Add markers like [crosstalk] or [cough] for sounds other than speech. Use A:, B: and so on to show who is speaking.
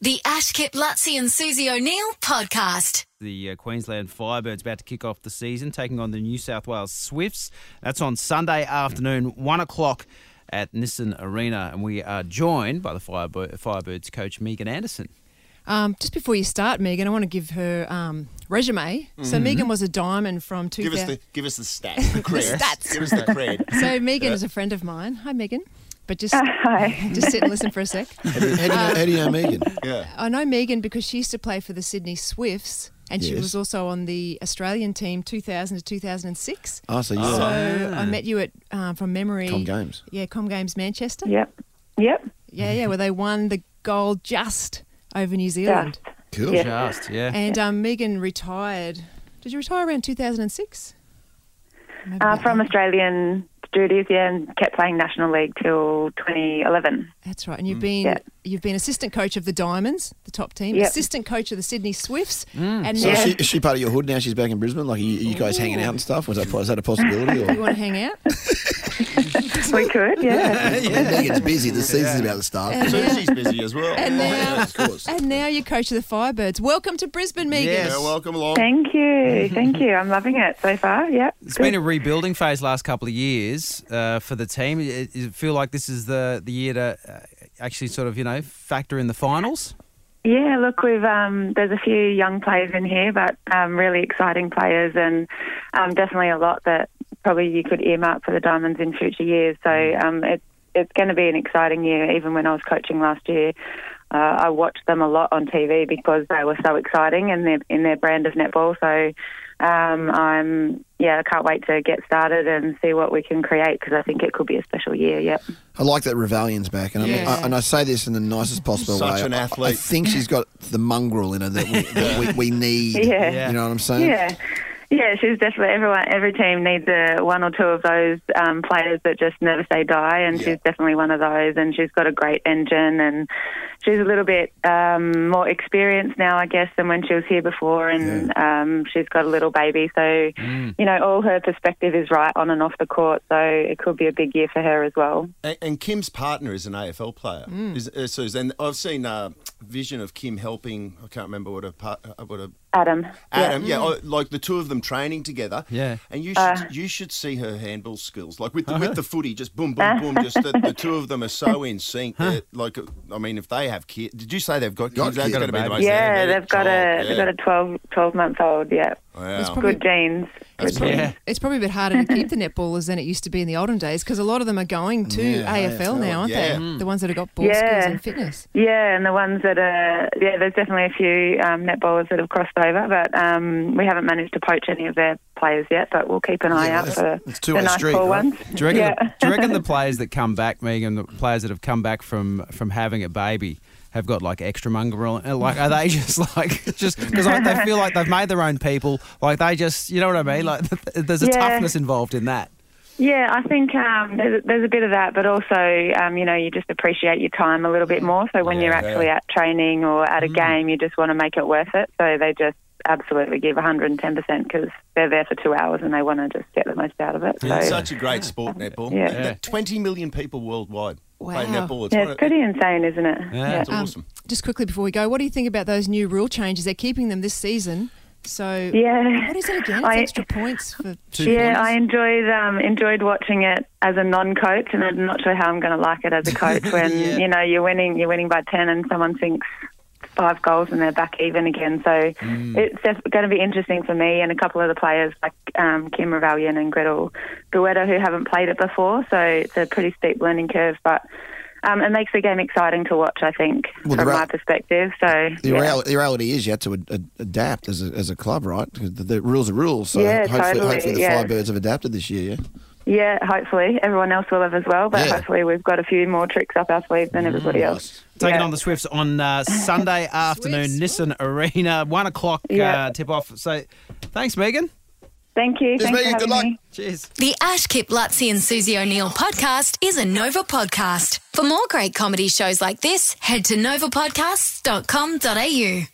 A: The Ash Kip Lutzi and Susie O'Neill podcast.
B: The uh, Queensland Firebirds about to kick off the season, taking on the New South Wales Swifts. That's on Sunday afternoon, one o'clock at Nissan Arena, and we are joined by the Firebird, Firebirds coach Megan Anderson.
C: Um, just before you start, Megan, I want to give her um, resume. So
D: Mm-hmm.
C: Megan was a diamond from
E: Give us
C: 2000.
E: the give us
C: [laughs]
E: the stats, the cred.
C: stats.
E: Give us the cred.
C: [laughs] so Megan is a friend of mine. Hi, Megan. But just just sit and listen for a sec.
D: How do you know, how do you know Megan?
E: Yeah.
C: I know Megan because she used to play for the Sydney Swifts, and she
D: Yes.
C: was also on the Australian team 2000 to 2006.
D: Oh, so you
C: So
D: are.
C: I met you at um, from memory.
D: Com Games.
C: Yeah, Com Games Manchester.
F: Yep. Yep.
C: Yeah, yeah, where they won the gold just over New Zealand.
F: Just. uh,
D: Cool.
F: Yeah.
B: Just, yeah.
C: And um, Megan retired. Did you retire around 2006? Maybe
F: Uh,
C: that
F: from
C: long.
F: Australian duties, yeah, and kept playing National League till 2011.
C: That's right. And you've been
F: Yeah.
C: you've been assistant coach of the Diamonds, the top team,
F: Yep.
C: assistant coach of the Sydney Swifts, and
D: So
C: now
D: is, she, is she part of your hood now? She's back in Brisbane. Like, are you, are you guys hanging out and stuff? Was that is that a
E: [laughs]
D: possibility?
C: you
D: Or?
C: want to hang out?
F: We could, yeah.
D: Megan's busy. The season's about to start.
C: And now,
E: Susie's busy as well.
C: and now- [laughs]
D: of course.
C: and now you're coach of the Firebirds. Welcome to Brisbane, Megan.
B: Yes.
E: yeah, welcome along.
F: Thank you. Thank you. I'm loving it so far. Yep.
B: It's been a rebuilding phase last couple of years uh, for the team. It, it feel like this is the, the year to uh, actually sort of, you know, factor in the finals.
F: Yeah, look, we've um, there's a few young players in here, but um, really exciting players, and um, definitely a lot that probably you could earmark for the Diamonds in future years. So um, it's it's going to be an exciting year. Even when I was coaching last year, uh, I watched them a lot on TV because they were so exciting in their in their brand of netball. So um, I'm yeah, I can't wait to get started and see what we can create because I think it could be a special year. Yep.
D: I like that Revalion's back, and,
C: Yeah.
D: I, I, and I say this in the nicest possible
E: Such
D: way.
E: an
D: I- I,
E: athlete.
D: think she's got the mongrel in her
E: [laughs]
D: that we, that we, we need.
F: Yeah.
D: You know what I'm saying?
F: Yeah. Yeah, she's definitely everyone. Every team needs a one or two of those um, players that just never say die, and she's definitely one of those. And she's got a great engine, and she's a little bit um, more experienced now, I guess, than when she was here before. And um, she's got a little baby, so you know all her perspective is right on and off the court. So it could be a big year for her as well.
E: And, and Kim's partner is an AFL player,
C: Mm.
E: is, uh, Suze. And I've seen uh, vision of Kim helping. I can't remember what a part, uh, what a
F: Adam.
E: Adam. Yeah,
C: Mm.
E: oh, like the two of them training together.
B: Yeah.
E: And you should you should see her handball skills. Like with the, with the footy, just boom, boom, boom. Just the, the two of them are so in sync. that Like I mean, if they have kids, did you say they've got
D: Got
E: kids? That's
D: kids.
E: going to be the most.
F: Yeah,
E: energetic
F: they've got a
E: child.
F: they've
E: Yeah.
F: got a 12, 12 month old. Yeah,
E: Wow.
C: It's probably
F: good genes.
C: it's probably,
B: Yeah.
C: it's probably a bit harder to keep the netballers than it used to be in the olden days because a lot of them are going to
D: Yeah,
C: AFL now, aren't
E: yeah.
C: they? The ones that have got ball
F: Yeah.
C: skills and fitness.
F: Yeah, and the ones that are yeah, there's definitely a few um, netballers that have crossed over, but um, we haven't managed to poach any of their players yet. But we'll keep an eye out
D: that's-
F: for
D: it's
F: the
D: two-way
F: nice
D: street,
F: cool
D: right?
F: ones.
B: Do you, reckon
F: Yeah.
B: the, do you reckon
F: [laughs]
B: the players that come back, Megan, the players that have come back from, from having a baby, have got like extra mongrel? uh, Like, are they [laughs] just like just because like, they feel like they've made their own people? Like they just, you know what I mean? Like there's a
F: Yeah.
B: toughness involved in that.
F: Yeah, I think um, there's, there's a bit of that, but also um, you know you just appreciate your time a little bit more. So when you're
E: Yeah.
F: actually at training or at a game, you just want to make it worth it. So they just absolutely give 110 percent because they're there for two hours and they want to just get the most out of it. So
E: It's such a great sport, netball.
F: Yeah.
E: And that 20 million people worldwide play
C: Wow.
E: netball.
F: yeah,
E: one of-
F: it's pretty insane, isn't it?
B: Yeah.
E: It's awesome.
C: Just quickly before we go, what do you think about those new rule changes? They're keeping them this season. So
F: Yeah.
C: what is it again? It's
F: I-
C: extra points for
F: yeah, I enjoyed um, enjoyed watching it as a non-coach, and I'm not sure how I'm going to like it as a
D: [laughs]
F: coach when you know you're winning, you're winning by ten, and someone sinks five goals and they're back even again. So
D: Mm.
F: it's def- going to be interesting for me and a couple of the players like um, Kim Revallion and Gretel Duetta who haven't played it before. So it's a pretty steep learning curve, but. Um, it makes the game exciting to watch, I think,
D: Well, the
F: from
D: ra-
F: my perspective. So
D: The,
F: yeah.
D: reality, the reality is you had to ad- ad- adapt as a, as a club, right? 'Cause The, the rules are rules. So
F: Yeah,
D: hopefully,
F: totally,
D: hopefully the
F: yeah.
D: Firebirds have adapted this year. Yeah.
F: Yeah, hopefully everyone else will have as well, but
D: Yeah. Mm.
F: hopefully we've got a few more tricks up our sleeves than everybody else.
B: Taking
F: Yeah.
B: on the Swifts on uh,
F: [laughs]
B: Sunday afternoon, Nissan Arena, one o'clock
F: Yeah.
B: uh, tip off. So, thanks, Megan.
F: Thank you. Thanks for
D: Megan, good
F: having
D: luck.
F: me.
B: Cheers.
A: The Ash Kip Lutzi and Susie O'Neill podcast is a Nova podcast. For more great comedy shows like this, head to novapodcasts.com.au.